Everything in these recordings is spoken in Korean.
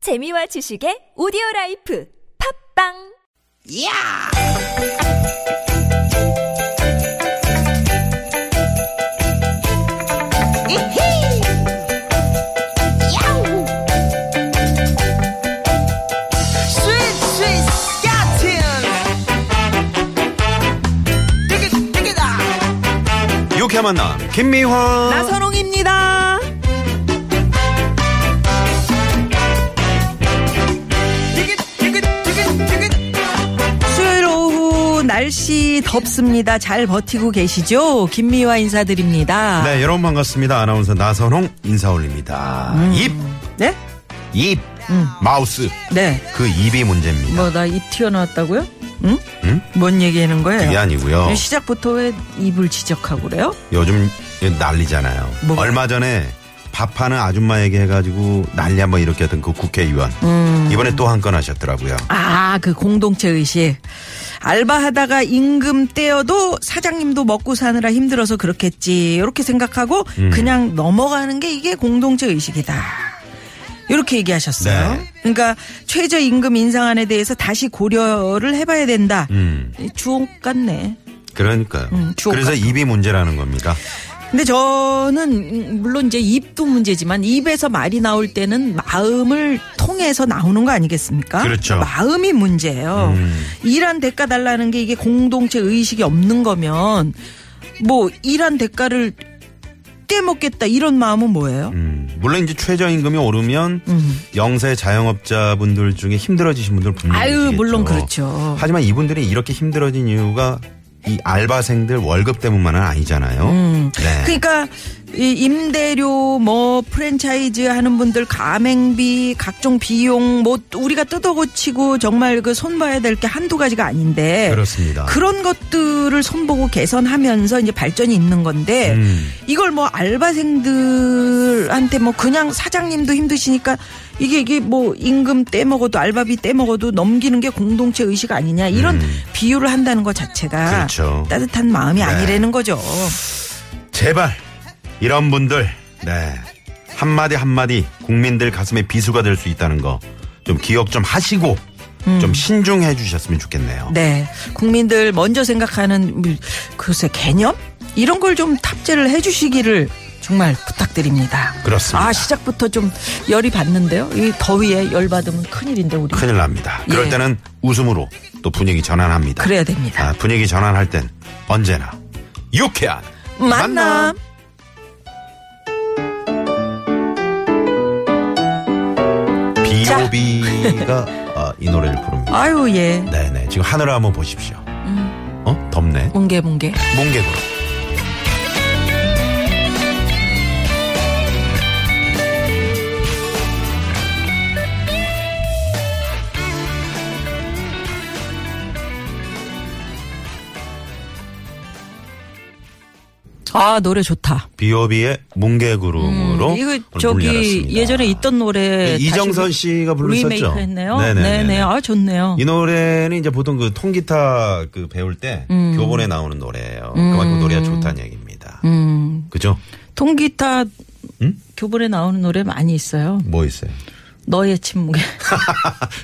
재미와 지식의 오디오 라이프 팝빵 야! 이히! 야우! 스윗 스윗 스틴! 띠기 띠기다! 유쾌한 만남 김미화 나선홍입니다. 띠기 띠기 띠기 띠기 수요일 오후 날씨 덥습니다. 잘 버티고 계시죠? 김미화 인사드립니다. 네 여러분 반갑습니다 아나운서 나선홍 인사 올립니다 네? 입 입 마우스 네. 그 입이 문제입니다 음. 뭐 나 입 튀어나왔다고요? 응? 뭔 얘기하는 거예요? 네, 그게 아니고요 시작부터 왜 입을 지적하고 그래요? 요즘 난리잖아요 뭐가? 얼마 전에 밥하는 아줌마에게 해가지고 난리 한번 일으켰던 그 국회의원 음. 이번에 또 한 건 하셨더라고요 아, 그 공동체 의식. 알바하다가 임금 떼어도 사장님도 먹고 사느라 힘들어서 그렇겠지. 이렇게 생각하고 그냥 넘어가는 게 이게 공동체 의식이다. 이렇게 얘기하셨어요. 네. 그러니까 최저임금 인상안에 대해서 다시 고려를 해봐야 된다. 이 주옥 같네. 그러니까요 음, 주옥 그래서 입이 문제라는 겁니다 근데 저는 음, 물론 이제 입도 문제지만 입에서 말이 나올 때는 마음을 통해서 나오는 거 아니겠습니까? 그렇죠. 마음이 문제예요. 일한 대가 달라는 게 이게 공동체 의식이 없는 거면 뭐 일한 대가를 떼먹겠다 이런 마음은 뭐예요? 음, 물론 이제 최저임금이 오르면 음. 영세 자영업자분들 중에 힘들어지신 분들 분명히 아유, 계시겠죠. 물론 그렇죠. 하지만 이분들이 이렇게 힘들어진 이유가 이 알바생들 월급 때문만은 아니잖아요. 네. 그러니까 이 임대료 뭐 프랜차이즈 하는 분들 가맹비 각종 비용 뭐 우리가 뜯어고치고 정말 그 손봐야 될 게 한두 가지가 아닌데 그렇습니다. 그런 것들을 손보고 개선하면서 이제 발전이 있는 건데 음. 이걸 뭐 알바생들한테 뭐 그냥 사장님도 힘드시니까 이게 이게 뭐 임금 떼먹어도 알바비 떼먹어도 넘기는 게 공동체 의식 아니냐 이런 비유를 한다는 것 자체가 음. 그렇죠. 따뜻한 마음이 아니라는 거죠. 제발 이런 분들 네. 한마디 한마디 국민들 가슴에 비수가 될 수 있다는 거 좀 기억 좀 하시고 좀 신중해 주셨으면 좋겠네요. 음. 네. 국민들 먼저 생각하는 뭐, 글쎄 개념? 이런 걸 좀 탑재를 해 주시기를 정말 부탁드립니다. 그렇습니다. 아, 시작부터 좀 열이 받는데요. 이 더위에 열 받으면 큰일인데 우리. 큰일 납니다. 그럴 예. 때는 웃음으로 또 분위기 전환합니다. 그래야 됩니다. 아, 분위기 전환할 땐 언제나 유쾌한 만남. 비오비가 어, 이 노래를 부릅니다. 아유, 예. 네네 지금 하늘을 한번 보십시오. 음. 어 덥네. 뭉게 뭉게. 뭉개구름. 아, 노래 좋다. 음, 비오비의 뭉개구름으로 이거 오늘 저기 불려놨습니다. 예전에 있던 노래 이- 이정선 다시 씨가 불렀었죠. 리메이크 했네요. 네네네. 네네. 아, 좋네요. 이 노래는 이제 보통 그 통기타 그 배울 때 음. 교본에 나오는 노래예요. 그만큼 노래가 좋다는 얘기입니다. 음. 그죠? 통기타 음? 교본에 나오는 노래 많이 있어요. 뭐 있어요? 너의 침묵에.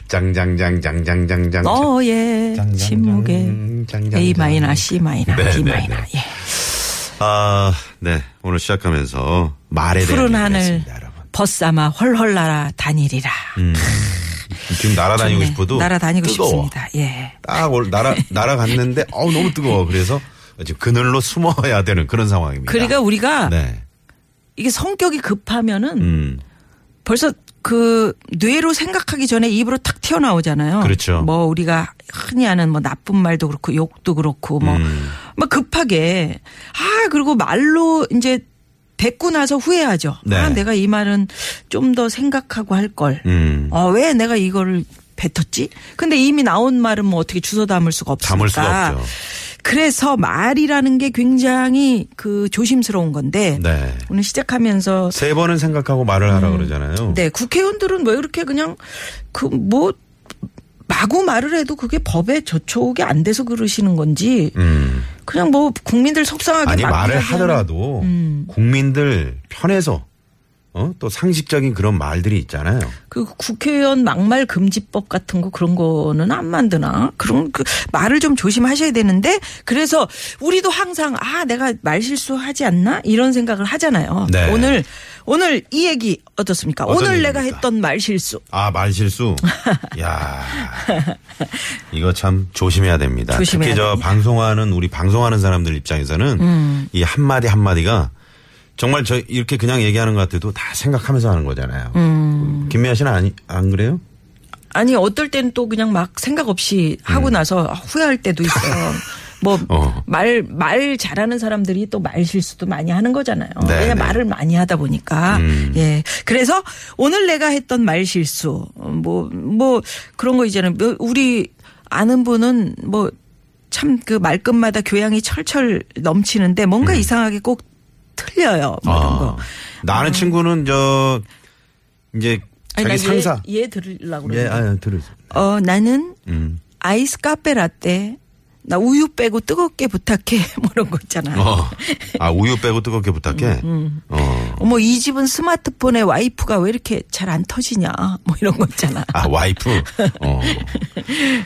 짱짱짱짱짱짱짱. 어. 너의 장, 장, 침묵에. 장, 장, 장, A 마이너, 장. C 마이너, 네, D 네, 마이너. 네. 예. 아, 네. 오늘 시작하면서 말에 대한 푸른 얘기를 하늘 했습니다, 네, 여러분. 벗삼아 헐헐 날아 다니리라. 지금 날아다니고 좋네. 싶어도 날아다니고 뜨거워. 싶습니다. 예. 딱 올- 날아 날아갔는데 어우 너무 뜨거워. 그래서 지금 그늘로 숨어야 되는 그런 상황입니다. 그러니까 우리가 네. 이게 성격이 급하면은 음. 벌써 그 뇌로 생각하기 전에 입으로 탁 튀어나오잖아요. 그렇죠. 뭐 우리가 흔히 하는 뭐 나쁜 말도 그렇고 욕도 그렇고 뭐 막 음. 급하게 아 그리고 말로 이제 뱉고 나서 후회하죠. 네. 아 내가 이 말은 좀 더 생각하고 할 걸. 음. 어 왜 내가 이거를 뱉었지? 근데 이미 나온 말은 뭐 어떻게 주워 담을 수가 없으니까. 담을 수가 없죠. 그래서 말이라는 게 굉장히 그 조심스러운 건데 네. 오늘 시작하면서 세 번은 생각하고 말을 하라 그러잖아요. 네, 국회의원들은 왜 이렇게 그냥 그 뭐 마구 말을 해도 그게 법에 저촉이 안 돼서 그러시는 건지 음. 그냥 뭐 국민들 속상하게 아니 막 음. 말을 이야기하는- 하더라도 국민들 편해서 어? 또 상식적인 그런 말들이 있잖아요. 그 국회의원 막말 금지법 같은 거 그런 거는 안 만드나? 그런 그 말을 좀 조심하셔야 되는데 그래서 우리도 항상 아 내가 말 실수하지 않나 이런 생각을 하잖아요. 네. 오늘 오늘 이 얘기 어떻습니까? 어떤 오늘 내가 얘기입니까? 했던 말 실수 아, 말실수. 야 이거 참 조심해야 됩니다. 조심해야 특히 저 됩니다. 음. 방송하는, 우리 방송하는 사람들 입장에서는 이 한마디 한마디가 정말 저 이렇게 그냥 얘기하는 것 같아도 다 생각하면서 하는 거잖아요. 음. 김미아 씨는 아니, 안 그래요? 아니 어떨 땐 또 그냥 막 생각 없이 하고 나서 아, 후회할 때도 있어. 뭐 음. 어. 말 말 잘하는 사람들이 또 말 실수도 많이 하는 거잖아요. 네, 음. 네. 왜냐 말을 많이 하다 보니까 예 그래서 오늘 내가 했던 말 실수 뭐 뭐 그런 거 이제는 뭐 우리 아는 분은 뭐 참 그 말끝마다 교양이 철철 넘치는데 음. 뭔가 이상하게 꼭 틀려요 뭐 이런 거. 아, 음. 나는 친구는 저 이제 아니, 자기 나 얘- 상사. 얘, 들으려고 예, 그러는데. 아, 들으세요. 어 나는 음. 아이스 카페 라떼. 나 우유 빼고 뜨겁게 부탁해. 뭐 이런 거 있잖아. 어. 어. 아, 우유 빼고 뜨겁게 음, 부탁해. 어. 머이 집은 스마트폰에 와이프가 왜 이렇게 잘 안 터지냐. 뭐 이런 거 있잖아. 아, 와이프. 어.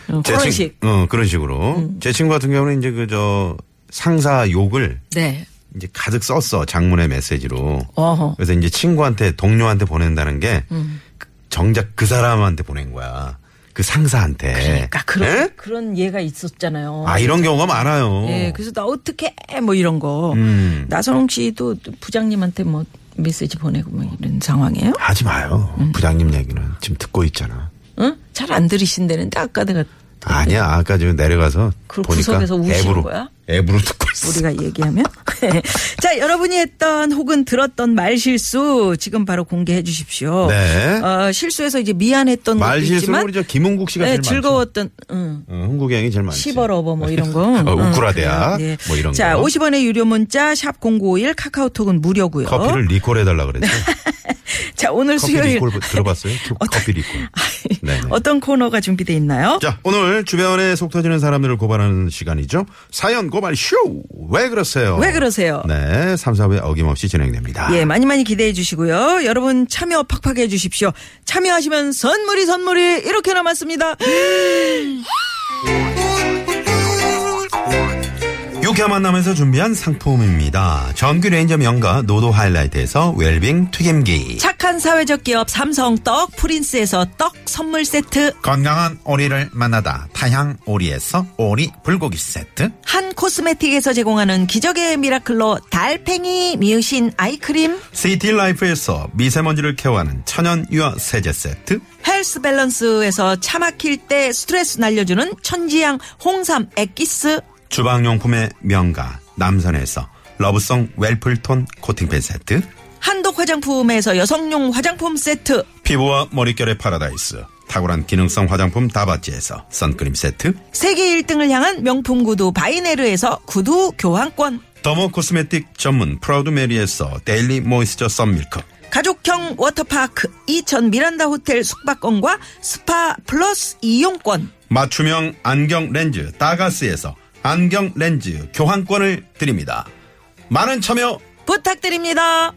어, 제 그런 친- 식. 음. 어, 그런 식으로. 제 친구 같은 경우는 이제 그 저 상사 욕을 네. 이제 가득 썼어. 장문의 메시지로. 어허. 그래서 이제 친구한테 동료한테 보낸다는 게 음. 그- 정작 그 사람한테 보낸 거야. 그 상사한테. 그러니까 그런 예? 그런 예가 있었잖아요. 아, 이런 경우가 많아요. 예, 그래서 나 어떻게 뭐 이런 거. 음. 나선홍 씨도 부장님한테 뭐 메시지 보내고 뭐 이런 상황이에요? 하지 마요. 음. 부장님 얘기는 지금 듣고 있잖아. 응? 잘 안 들으신다는데 아까 내가 아니야. 아까 지금 내려가서 네. 그걸 보니까 구석에서 우시는 앱으로 거야? 앱으로 듣고 있어. 우리가 얘기하면 자 여러분이 했던 혹은 들었던 말 실수 지금 바로 공개해 주십시오. 네. 어, 실수해서 이제 미안했던 것도 말실수 있지만 우리 저 김은국 씨가 네, 제일 많죠. 즐거웠던 응. 어, 흥국양이 제일 많지. 시버러버 뭐 이런 거. 어, 우쿠라데아 응, 그래요. 예. 뭐 이런 자, 거. 50원의 유료 문자 샵 0951 카카오톡은 무료고요. 커피를 리콜해달라 그랬죠. 자, 오늘 커피 어? 수요일 아. 리콜 들어봤어요? 그 커피 리콜. 네, 네. 어떤 코너가 준비돼 있나요? 자, 오늘 주변에 속 터지는 사람들을 고발하는 시간이죠. 사연 고발 쇼! 왜 그러세요? 왜 그러세요? 네, 3, 4부에 어김없이 진행됩니다. 예, 많이 많이 기대해 주시고요. 여러분 참여 팍팍 해 주십시오. 참여하시면 선물이 선물이 이렇게 남았습니다. 유쾌한 만남에서 준비한 상품입니다. 전규 레인저 명가 노도 하이라이트에서 웰빙 튀김기. 착한 사회적 기업 삼성떡 프린스에서 떡 선물 세트 건강한 오리를 만나다 타향 오리에서 오리 불고기 세트. 한 코스메틱에서 제공하는 기적의 미라클로 달팽이 미으신 아이크림 시티 라이프에서 미세먼지를 케어하는 천연 유화 세제 세트. 헬스 밸런스에서 차 막힐 때 스트레스 날려주는 천지향 홍삼 액기스 주방용품의 명가 남선에서 러브송 웰플톤 코팅팬 세트 한독 화장품에서 여성용 화장품 세트 피부와 머릿결의 파라다이스 탁월한 기능성 화장품 다바찌에서 선크림 세트 세계 1등을 향한 명품 구두 바이네르에서 구두 교환권 더모 코스메틱 전문 프라우드 메리에서 데일리 모이스처 썬밀크 가족형 워터파크 이천 미란다 호텔 숙박권과 스파 플러스 이용권 맞춤형 안경 렌즈 다가스에서 안경 렌즈 교환권을 드립니다 많은 참여 부탁드립니다.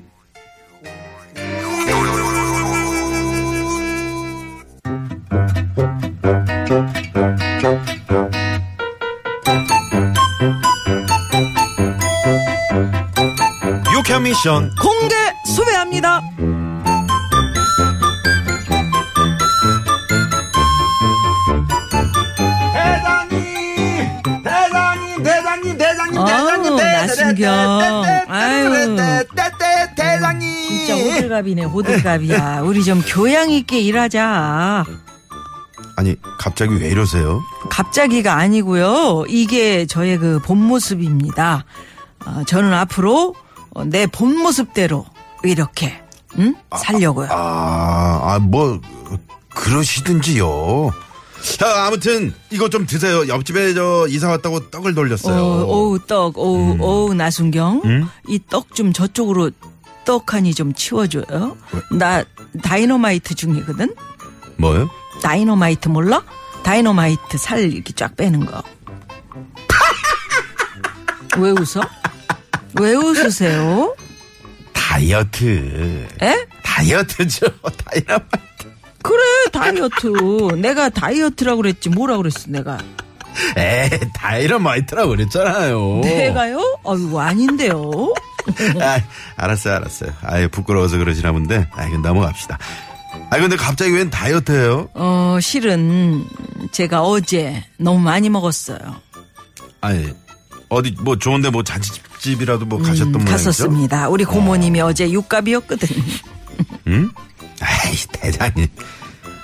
유쾌한 미션 공개 수배합니다. 대장님 대장님 대장님 대장님 아우, 대장님 네, 나순경. 아유. 네, 대 대장님 진짜 호들갑이네 호들갑이야. 우리 좀 교양 있게 일하자. 아니 갑자기 왜 이러세요 갑자기가 아니고요. 이게 저의 그 본 모습입니다. 아, 저는 앞으로 어, 내 본 모습대로 이렇게 응? 아, 살려고요. 아아뭐 그러시든지요. 자 아무튼 이거 좀 드세요. 옆집에 저 이사 왔다고 떡을 돌렸어요. 어, 오우 떡, 오우 오우 나순경, 이 떡 좀 저쪽으로 떡하니 좀 치워줘요. 나 다이너마이트 중이거든. 뭐요? 다이너마이트 몰라? 다이너마이트 살 이렇게 쫙 빼는 거. 왜 웃어? 왜 웃으세요? 다이어트. 에? 다이어트죠. 다이어트. 그래 다이어트 내가 다이어트라고 그랬지 뭐라 그랬어 내가 에 다이너마이트라고 그랬잖아요. 내가요? 아유 아닌데요 아, 알았어요, 알았어요. 아유, 부끄러워서 그러시나 본데. 아, 이건 넘어갑시다. 아, 근데 갑자기 웬 다이어트예요? 어 실은 제가 어제 너무 많이 먹었어요 음, 아니, 어디 뭐 좋은데 뭐 잔치집이라도 뭐 가셨던 모양이죠? 음, 갔었습니다 우리 고모님이 어제 육갑이었거든 응? 아이, 대장님.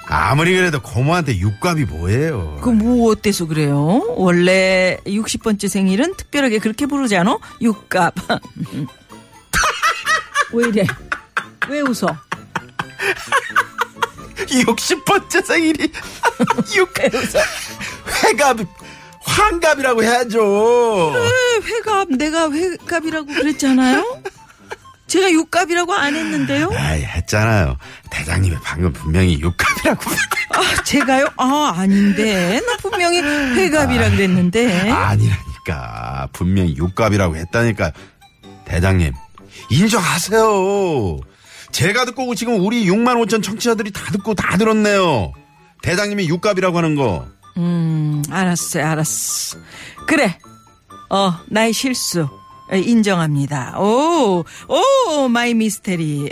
아무리 그래도 고모한테 육갑이 뭐예요? 그 뭐 어때서 그래요? 원래 60번째 생일은 특별하게 그렇게 부르지 않아? 육갑 왜 이래 왜 웃어 60번째 생일이 육갑. 회갑, 환갑이라고 해야죠. 왜 회갑 내가 회갑이라고 그랬잖아요 제가 육갑이라고 안 했는데요 아이, 했잖아요. 대장님이 방금 분명히 육갑이라고. 아, 제가요? 아, 아닌데. 나 분명히 회갑이라 그랬는데. 아니라니까. 분명히 육갑이라고 했다니까. 대장님, 인정하세요. 제가 듣고 지금 우리 6만 5천 청취자들이 다 듣고 다 들었네요. 대장님이 육갑이라고 하는 거. 음, 알았어요, 알았어. 그래. 어, 나의 실수. 에, 인정합니다. 오, 오, 마이 미스테리.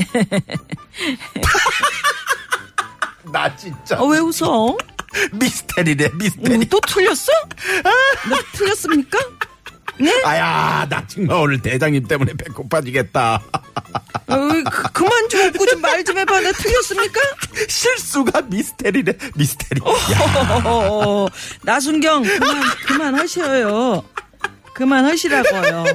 나 진짜 어, 왜 웃어? 미스테리래, 어, 미스테리. 또 틀렸어? 나 틀렸습니까? 아야, 나 정말 오늘 대장님 때문에 배꼽 빠지겠다. 어, 그, 그만 좀 웃고 좀 말 좀 해봐. 나 틀렸습니까? 실수가 미스테리래, 미스테리. 어. 어허허허. 나순경, 그만, 그만 하셔요. 그만 하시라고요.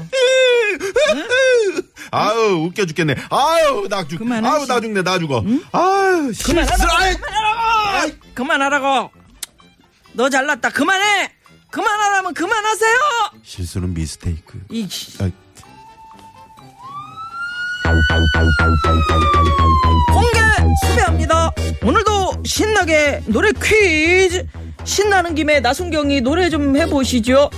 아유 웃겨 죽겠네. 아유 나 죽. 그만하시- 아유 나 죽네 나 죽어. 아유 실수. 아이, 아이, 그만하라고. 너 잘났다. 그만해. 그만하라면 그만하세요. 실수는 미스테이크. 이 아, 공개 수배합니다. 오늘도 신나게 노래 퀴즈. 신나는 김에 나순경이 노래 좀 해보시죠.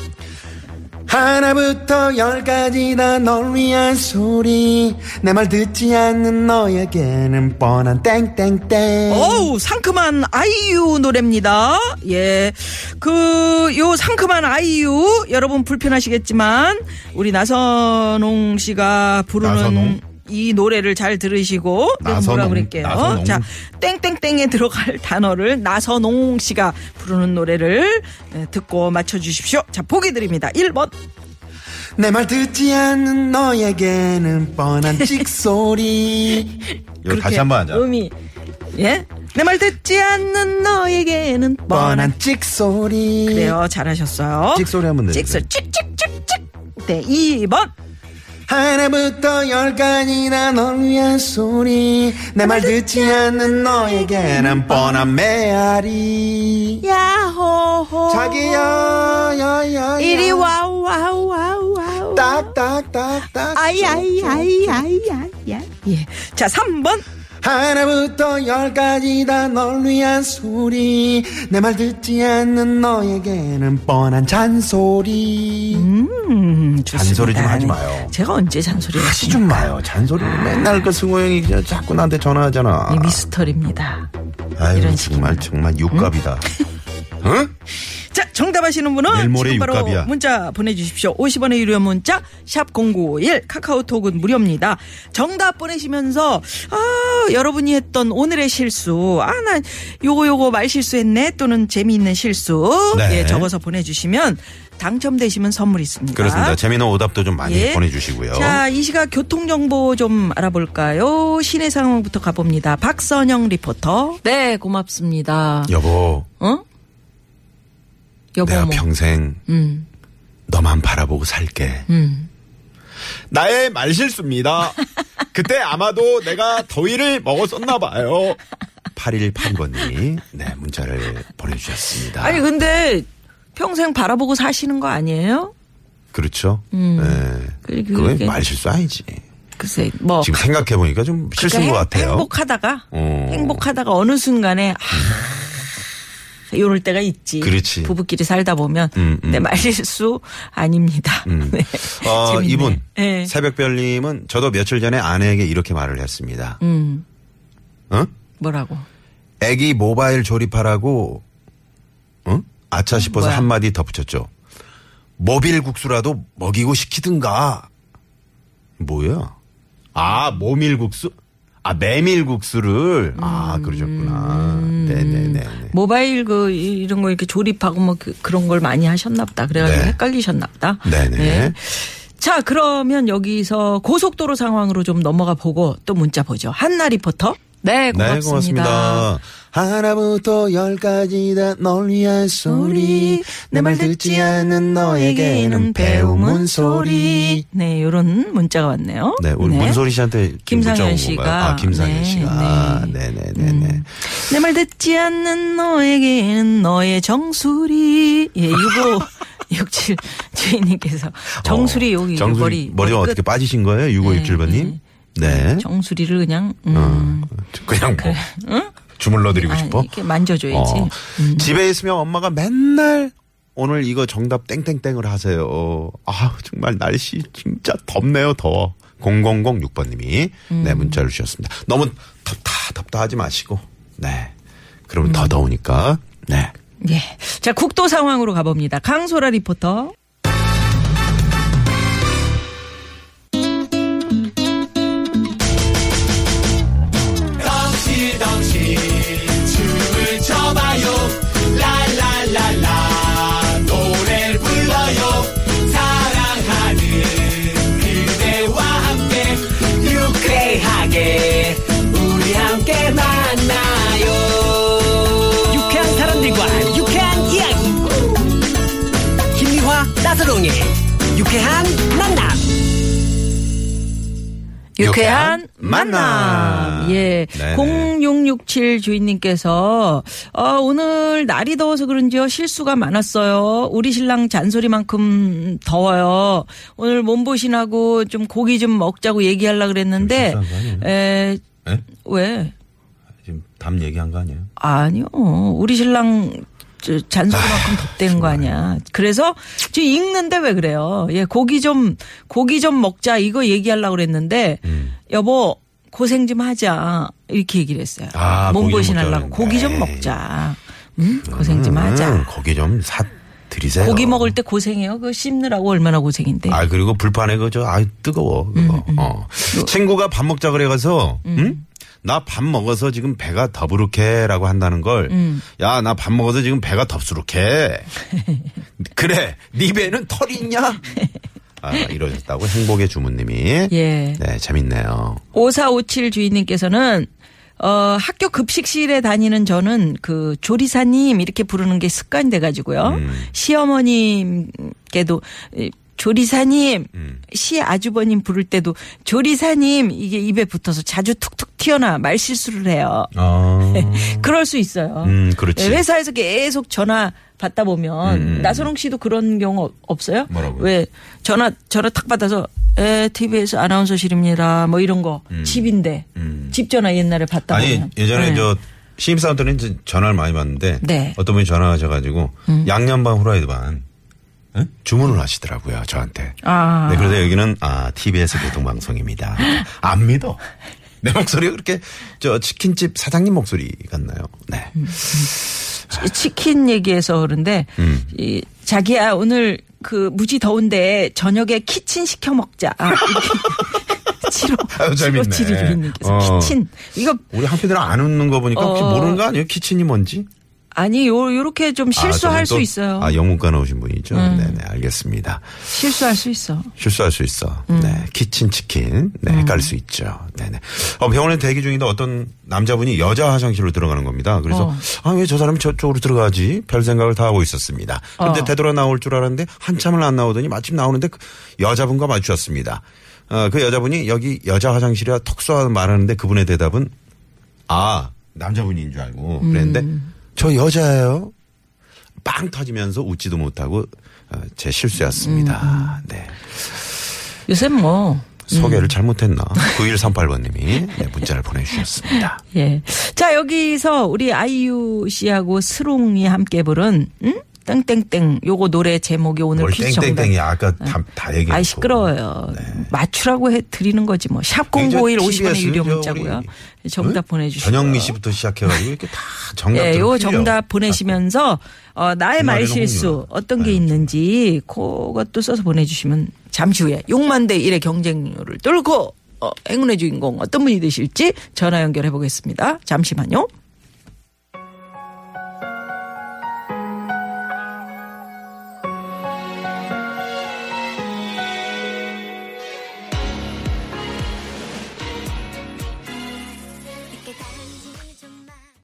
하나부터 열까지 다 널 위한 소리 내 말 듣지 않는 너에게는 뻔한 음. 땡땡땡 어우 상큼한 아이유 노래입니다. 예, 그 요 상큼한 아이유 여러분 불편하시겠지만 우리 나선홍 씨가 부르는 나선홍? 이 노래를 잘 들으시고 내가 뭐라 나선홍, 그럴게요. 나선홍. 자 땡땡땡에 들어갈 단어를 나선홍 씨가 부르는 노래를 예, 듣고 맞춰주십시오. 자 보기 드립니다. 1번 내 말 듣지 않는 너에게는 뻔한 찍소리 이거 그 다시 한번 하자. 음이 예. 내 말 듣지 않는 너에게는 뻔한 뻔한 찍소리 그래요. 네, 잘하셨어요. 예. 찍소리 한번 내주세요. 찍소 찍찍찍찍. 네, 2번. 하나부터 열까지 다널 위한 소리 내 말 듣지 않는 너에게는 뻔한 메아리 야호호. 자기야 야야야 이리 와우 와우 와우 와우. 딱딱딱딱 아이 아이 아이 아이 아이. 아이. 예. 자, 3번. 하나부터 열까지 다 널 위한 소리 내 말 듣지 않는 너에게는 뻔한 잔소리 음, 좋습니다. 잔소리 좀 하지 마요. 제가 언제 잔소리 하지 좀 마요. 잔소리를 맨날 그 승호 형이 그냥 자꾸 나한테 전화하잖아. 이 미스터리입니다. 아유 이런 정말 정말 육갑이다. 응? 자, 정답 아시는 분은 내일 모레 지금 바로 육갑이야. 문자 보내주십시오. 50원의 유료 문자 샵 0951 카카오톡은 무료입니다. 정답 보내시면서 아 여러분이 했던 오늘의 실수 아 나 요거 요거 말 실수했네 또는 재미있는 실수 네. 예 적어서 보내주시면 당첨되시면 선물 있습니다. 그렇습니다. 재미있는 오답도 좀 많이 아. 예. 보내주시고요. 자, 이 시각 교통정보 좀 알아볼까요? 시내 상황부터 가봅니다. 박선영 리포터. 네, 고맙습니다. 여보, 어? 여보, 내가 뭐. 평생 음. 너만 바라보고 살게. 나의 말실수입니다. 그때 아마도 내가 더위를 먹었었나 봐요. 8189번이 네, 문자를 보내주셨습니다. 아니 근데 평생 바라보고 사시는 거 아니에요? 그렇죠. 네. 음. 그게- 그건 그게- 말실수 아니지. 글쎄 뭐 지금 생각해보니까 좀 실수인 그러니까 것 행- 같아요. 행복하다가 어. 행복하다가 어느 순간에 아 요럴 때가 있지. 그렇지. 부부끼리 살다 보면 음, 음. 내 말실수 아닙니다. 네. 어, 재밌네. 이분 네. 음. 새벽별님은 저도 며칠 전에 아내에게 이렇게 말을 했습니다. 어? 뭐라고? 애기 모바일 조립하라고 어? 아차 싶어서 뭐야? 한마디 덧붙였죠. 모빌 국수라도 먹이고 시키든가. 뭐야? 아 모밀국수? 아 메밀국수를 아 그러셨구나. 네네네. 모바일 그 이- 이런 거 이렇게 조립하고 뭐 그, 런걸 많이 하셨나보다. 그래가지고 네. 헷갈리셨나보다. 네네. 자 그러면 여기서 고속도로 상황으로 좀 넘어가 보고 또 문자 보죠. 한나 리포터. 네 네 고맙습니다. 하나부터 열까지 다 널 위한 소리 내 말 듣지 않는 너에게는 배움은 소리 네, 요런 문자가 왔네요. 네, 우리 문소리 씨한테 문자 온 김상현 건가요? 씨가. 아, 김상현 네, 씨가. 네. 네네네네. 어, 내 말 듣지 않는 너에게는 너의 정수리. 예, 유고 67 주인님께서 정수리 여기 어, 정수리 머리 머리가 끝. 어떻게 빠지신 거예요? 6517번님? 네. 어, 정수리를 그냥 음, 그냥 뭐 주물러 드리고 아, 싶어. 이렇게 만져줘야지. 음. 어. 집에 있으면 엄마가 맨날 오늘 이거 정답 땡땡땡을 하세요. 아, 정말 날씨 진짜 덥네요, 더워. 0006번 님이 네, 음. 문자를 주셨습니다. 너무 덥다 덥다 하지 마시고. 네. 그러면 음. 더 더우니까. 네. 예. 자, 국도 상황으로 가봅니다. 강소라 리포터. 유쾌한 사람들과 유쾌한 이야기. 김미화 나서롱의 유쾌한 만남. 유쾌한 유쾌한 만남. 만남. 예. 네네. 0667 주인님께서, 어, 오늘 날이 더워서 그런지요. 실수가 많았어요. 우리 신랑 잔소리만큼 더워요. 오늘 몸보신하고 좀 고기 좀 먹자고 얘기하려고 그랬는데, 실수한 거 아니에요? 에, 에? 왜? 지금 답 얘기한 거 아니에요? 아니요. 우리 신랑 저 아, 잔소리만큼 덥대는 거 아니야. 그래서 지금 읽는데 왜 그래요? 예, 고기 좀 고기 좀 먹자 이거 얘기하려고 그랬는데 음. 여보 고생 좀 하자 이렇게 얘기를 했어요. 아, 고기 좀 몸보신 먹자 하려고 고기 좀 그랬는데. 예. 먹자. 음, 고생 좀 음, 어. 하자. 고기 좀 사 드리세요. 고기 먹을 때 고생해요. 그 씹느라고 얼마나 고생인데. 아 그리고 불판에 그저 아 뜨거워 그거. 음, 어. 친구가 밥 먹자 그래 가서 음. 나 밥 먹어서 지금 배가 더부룩해라고 한다는 걸, 음. 야 나 밥 먹어서 지금 배가 덥수룩해. 그래, 네 배는 털이 있냐? 아 이러셨다고 행복의 주부님이. 예. 네 재밌네요. 5457 주인님께서는 어, 학교 급식실에 다니는 저는 그 조리사님 이렇게 부르는 게 습관이 돼가지고요. 음. 시어머님께도 이, 조리사님, 음. 시아주버님 부를 때도 조리사님 이게 입에 붙어서 자주 툭툭 튀어나 말실수를 해요. 어, 그럴 수 있어요. 음 그렇지. 음, 예, 회사에서 계속 전화 받다 보면 나선홍 씨도 그런 경우 없- 없어요? 뭐라고요? 왜 전화 전화 탁 받아서 에 TBS 아나운서실입니다. 뭐 이런 거 집인데 집 전화 옛날에 받다 음. 아니 보면 예전에 네. 저 신입사원 때는 이제 전화를 많이 받는데 네. 음. 어떤 분이 전화하셔가지고 양념반 후라이드 반 응? 주문을 하시더라고요 저한테. 아. 네, 그래서 여기는 아 TBS 교통방송입니다. 안 믿어. 내 목소리가 그렇게 저 치킨집 사장님 목소리 같나요? 네. 음. 치- 치킨 얘기해서 그런데 음. 이, 자기야 오늘 그 무지 더운데 저녁에 키친 시켜 먹자. 아, 이렇게 치료 아유, 치료 재밌네. 치료 주인님께서 어. 키친 이거 우리 한편으로 안 웃는 거 보니까 혹시 어. 모르는 거 아니에요? 키친이 뭔지? 아니 요 요렇게 좀 아, 저분 실수할 수 또- 있어요. 음. 아 영문과 나오신 분이죠. 네네 알겠습니다. 실수할 수 있어. 실수할 수 있어. 음. 네. 키친 치킨. 네. 헷갈릴 수 있죠. 네네. 어, 병원에 대기 중인데 어떤 남자분이 여자 화장실로 들어가는 겁니다. 그래서 어. 아, 왜 저 사람이 저쪽으로 들어가지? 별 생각을 다 하고 있었습니다. 근데 어. 되돌아 나올 줄 알았는데 한참을 안 나오더니 마침 나오는데 그 여자분과 마주쳤습니다. 어, 그 여자분이 여기 여자 화장실이라 턱 쏘아 말하는데 그분의 대답은 아, 남자분인 줄 알고 음. 그랬는데 저 여자예요. 빵 터지면서 웃지도 못하고 어, 제 음, 실수였습니다. 네. 요새 뭐 소개를 잘못했나. 9138번님이 네, 문자를 보내주셨습니다. 예. 자, 여기서 우리 아이유 씨하고 스롱이 함께 부른, 음? 땡땡땡 요거 노래 제목이 오늘 뭘 퀴즈 네, 정답. 네. 땡땡땡이 아까 다, 다 얘기했고. 아이 시끄러워요. 네. 맞추라고 해 드리는 거지 뭐. 샵 공고일 50원의 유료 문자고요. 예, 정답 보내주시고. 전영미 씨부터 시작해가지고 이렇게 다 정답. 아, 예, 요 정답 보내시면서 어, 주말에는 나의 네, 말실수 홍유라. 어떤 게 있는지 그것도 써서 보내주시면 잠시 후에 6만 대 1의 경쟁률을 뚫고 어, 행운의 주인공 어떤 분이 되실지 전화 연결해 보겠습니다. 잠시만요.